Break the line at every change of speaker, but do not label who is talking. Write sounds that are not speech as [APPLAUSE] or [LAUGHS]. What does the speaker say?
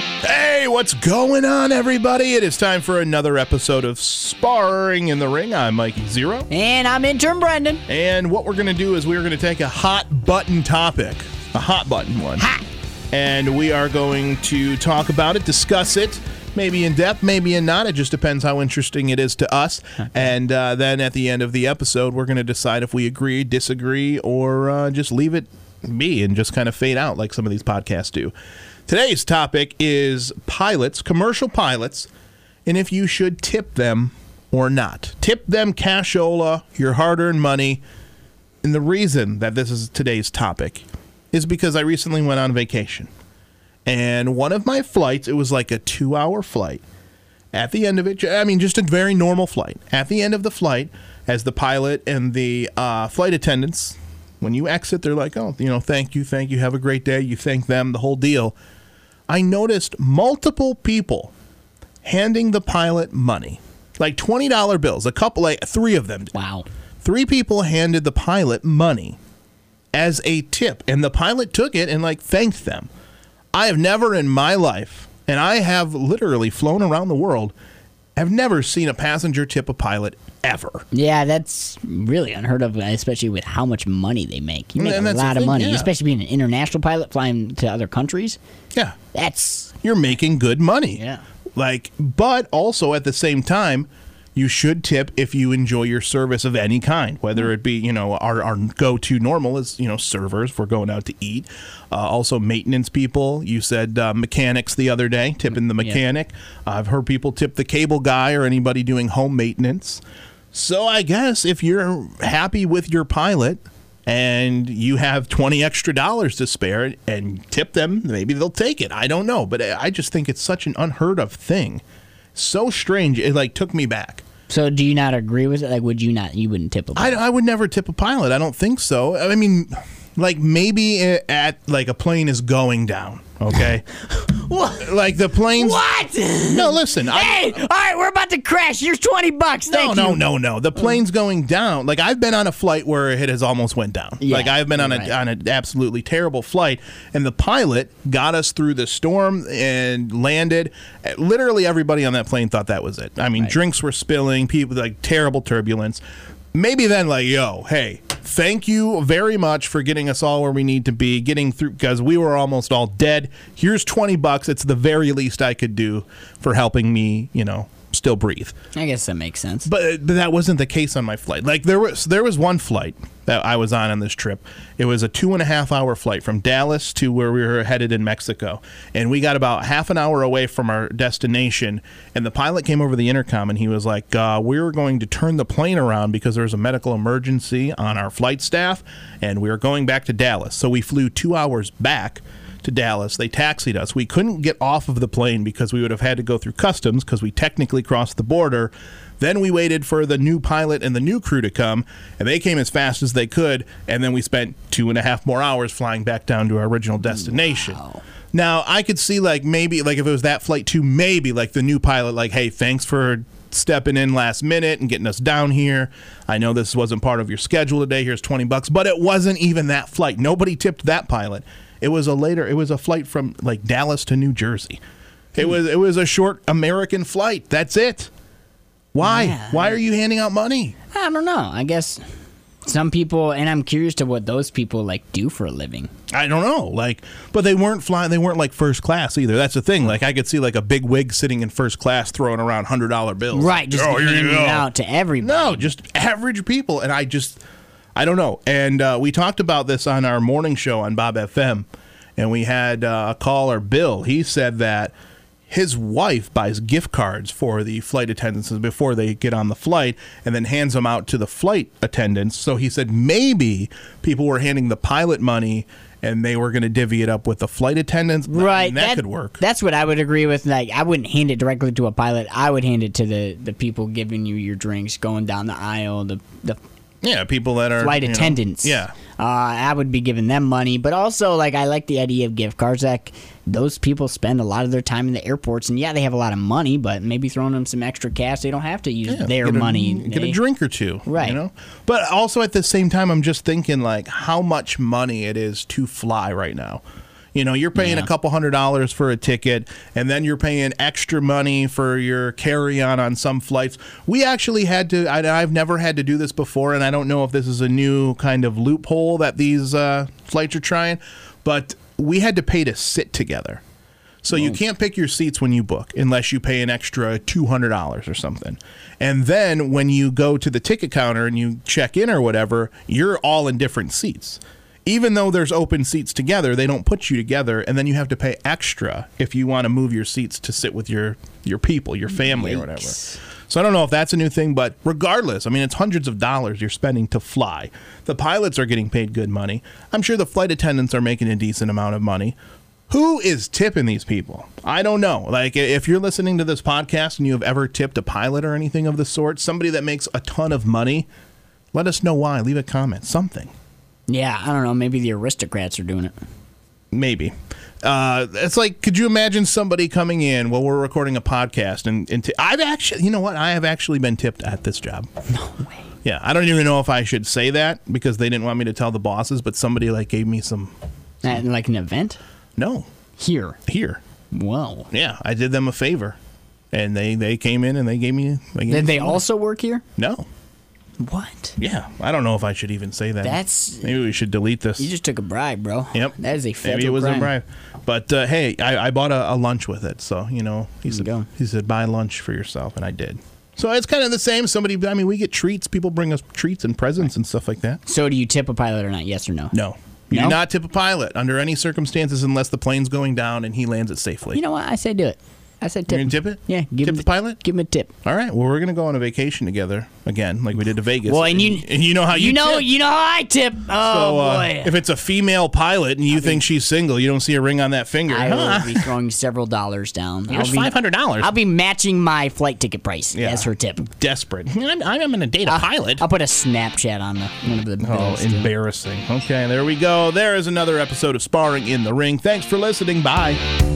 Hey, what's going on, everybody? It is time for another episode of Sparring in the Ring. I'm Mikey Zero.
And I'm intern Brendan.
And what we're going to do is we're going to take a hot button topic, a hot button one.
Hot.
And we are going to talk about it, discuss it, maybe in depth, maybe in not. It just depends how interesting it is to us. And uh, then at the end of the episode, we're going to decide if we agree, disagree, or uh, just leave it be and just kind of fade out like some of these podcasts do. Today's topic is pilots, commercial pilots, and if you should tip them or not. Tip them cashola, your hard earned money. And the reason that this is today's topic is because I recently went on vacation. And one of my flights, it was like a two hour flight. At the end of it, I mean, just a very normal flight. At the end of the flight, as the pilot and the uh, flight attendants, when you exit, they're like, oh, you know, thank you, thank you, have a great day. You thank them, the whole deal. I noticed multiple people handing the pilot money, like $20 bills, a couple, like three of them.
Wow.
Three people handed the pilot money as a tip, and the pilot took it and like thanked them. I have never in my life, and I have literally flown around the world, have never seen a passenger tip a pilot ever.
Yeah, that's really unheard of, especially with how much money they make. You
And
make a
that's the
lot of
thing,
money,
yeah.
especially being an international pilot flying to other countries.
Yeah,
That's
you're making good money.
Yeah.
Like, but also at the same time, you should tip if you enjoy your service of any kind, whether it be, you know, our, our go to normal is, you know, servers, if we're going out to eat. Uh, also, maintenance people. You said uh, mechanics the other day, tipping the mechanic. I've heard people tip the cable guy or anybody doing home maintenance. So I guess if you're happy with your pilot and you have 20 extra dollars to spare and tip them, maybe they'll take it. I don't know, but I I just think it's such an unheard of thing. So strange. It like took me back.
so. Do you not agree with it? Like, would you not? You wouldn't tip a
I, I would never tip a pilot. I don't think so. I mean, like maybe i- at like a plane is going down, okay?
[LAUGHS] What?
Like the plane's
What? hey,
[LAUGHS] No, listen. I,
all right, we're about to crash. Here's twenty bucks.
No,
Thank
no,
you. Mm.
no, no. The plane's going down. Like I've been on a flight where it has almost went down.
Yeah,
like I've been on a
you're right.
on an absolutely terrible flight, and the pilot got us through the storm and landed. Uh, Literally everybody on that plane thought that was it. I mean, drinks were spilling. People like terrible turbulence. Maybe then, like, yo, hey, thank you very much for getting us all where we need to be, getting through because we were almost all dead. Here's twenty bucks. It's the very least I could do for helping me. You know, still breathe.
I guess that makes sense.
But, but that wasn't the case on my flight. Like there was there was one flight that I was on on this trip. It was a two and a half hour flight from Dallas to where we were headed in Mexico, and we got about half an hour away from our destination. And the pilot came over the intercom and he was like, uh, "We were going to turn the plane around because there was a medical emergency on our flight staff, and we were going back to Dallas. So we flew two hours back." to Dallas. They taxied us. We couldn't get off of the plane because we would have had to go through customs because we technically crossed the border. Then we waited for the new pilot and the new crew to come, and they came as fast as they could. And then we spent two and a half more hours flying back down to our original destination. Now I could see like maybe like if it was that flight too, maybe like the new pilot like, hey, thanks for stepping in last minute and getting us down here. I know this wasn't part of your schedule today. Here's 20 bucks, but it wasn't even that flight. Nobody tipped that pilot. It was a later it was a flight from like Dallas to New Jersey. It was it was a short American flight. That's it. Why?
Yeah.
Why are you handing out money?
I don't know. I guess some people, and I'm curious to what those people like do for a living.
I don't know. Like, but they weren't flying. They weren't like first class either. That's the thing. Like, I could see like a big wig sitting in first class throwing around hundred dollar bills.
Right, just
Oh, here you
handing it
go.
out to everybody.
No, just average people. And I just, I don't know. And uh, we talked about this on our morning show on Bob FM. And we had uh, a caller, Bill. He said that his wife buys gift cards for the flight attendants before they get on the flight and then hands them out to the flight attendants. So he said maybe people were handing the pilot money and they were going to divvy it up with the flight attendants. I mean,
Right,
that, could work.
That's what I would agree with. Like, I wouldn't hand it directly to a pilot. I would hand it to the, the people giving you your drinks, going down the aisle, the the
yeah, people that are
flight
you know,
attendants.
yeah.
uh, I would be giving them money, but also like I like the idea of gift cards. Like those people spend a lot of their time in the airports, and yeah, they have a lot of money, but maybe throwing them some extra cash, they don't have to use
Yeah,
their
get a-
money.
get
They-
a drink or two,
Right.
You know, but also at the same time, I'm just thinking like how much money it is to fly right now. You know, you're paying a couple hundred dollars for a ticket, and then you're paying extra money for your carry on on some flights. We actually had to, I, I've never had to do this before, and I don't know if this is a new kind of loophole that these uh, flights are trying, but we had to pay to sit together. So you can't pick your seats when you book unless you pay an extra $200 or something. And then when you go to the ticket counter and you check in or whatever, you're all in different seats. Even though there's open seats together, they don't put you together and then you have to pay extra if you want to move your seats to sit with your your people, your family or whatever.
Yikes.
So I don't know if that's a new thing, but regardless, I mean, it's hundreds of dollars you're spending to fly. The pilots are getting paid good money. I'm sure the flight attendants are making a decent amount of money. Who is tipping these people? I don't know. Like, i- if you're listening to this podcast and you have ever tipped a pilot or anything of the sort, somebody that makes a ton of money, let us know why. Leave a comment, something.
Yeah, I don't know. Maybe the aristocrats are doing it.
Maybe. Uh, it's like, could you imagine somebody coming in while we're recording a podcast? And, and t- I've actually, you know what? I have actually been tipped at this job.
No way.
Yeah, I don't even know if I should say that because they didn't want me to tell the bosses, but somebody like gave me some
At, like an event
no
here.
here.
Whoa.
Yeah, I did them a favor, and they they came in and they gave me. They gave
Did
me
they also work here?
no.
What?
Yeah, I don't know if I should even say that.
That's-
maybe we should delete this.
You just took a bribe, bro.
yep,
That is a federal
maybe it was
crime.
a bribe. But uh, hey, I, I bought a, a lunch with it, so you know he
you
said
go.
he said buy lunch for yourself, and I did. So it's kind of the same. Somebody, I mean, we get treats. People bring us treats and presents and stuff like that.
So do you tip a pilot or not? Yes or no?
No. You
No?
do not tip a pilot under any circumstances unless the plane's going down and he lands it safely.
You know what? I say do it. I said tip.
You're gonna
him.
tip it?
Yeah. Give
Tip
him
the pilot?
Give him a tip.
All right. Well, we're gonna go on a vacation together again, like we did to Vegas.
Well, and you-
and you know how Oh, you
You, know,
tip.
you know how I tip. Oh
So, uh,
boy.
if it's a female pilot and you think she's single, you don't see a ring on that finger.
I
huh?
will be throwing several dollars down.
Here's
I'll be-
five hundred dollars.
I'll be matching my flight ticket price
Yeah.
as her tip. [LAUGHS]
desperate. Ah, I'm, I'm gonna date a pilot.
I'll put a Snapchat on the one of the
Oh,
bills, too.
embarrassing. Okay, there we go. There is another episode of Sparring in the Ring. Thanks for listening. Bye.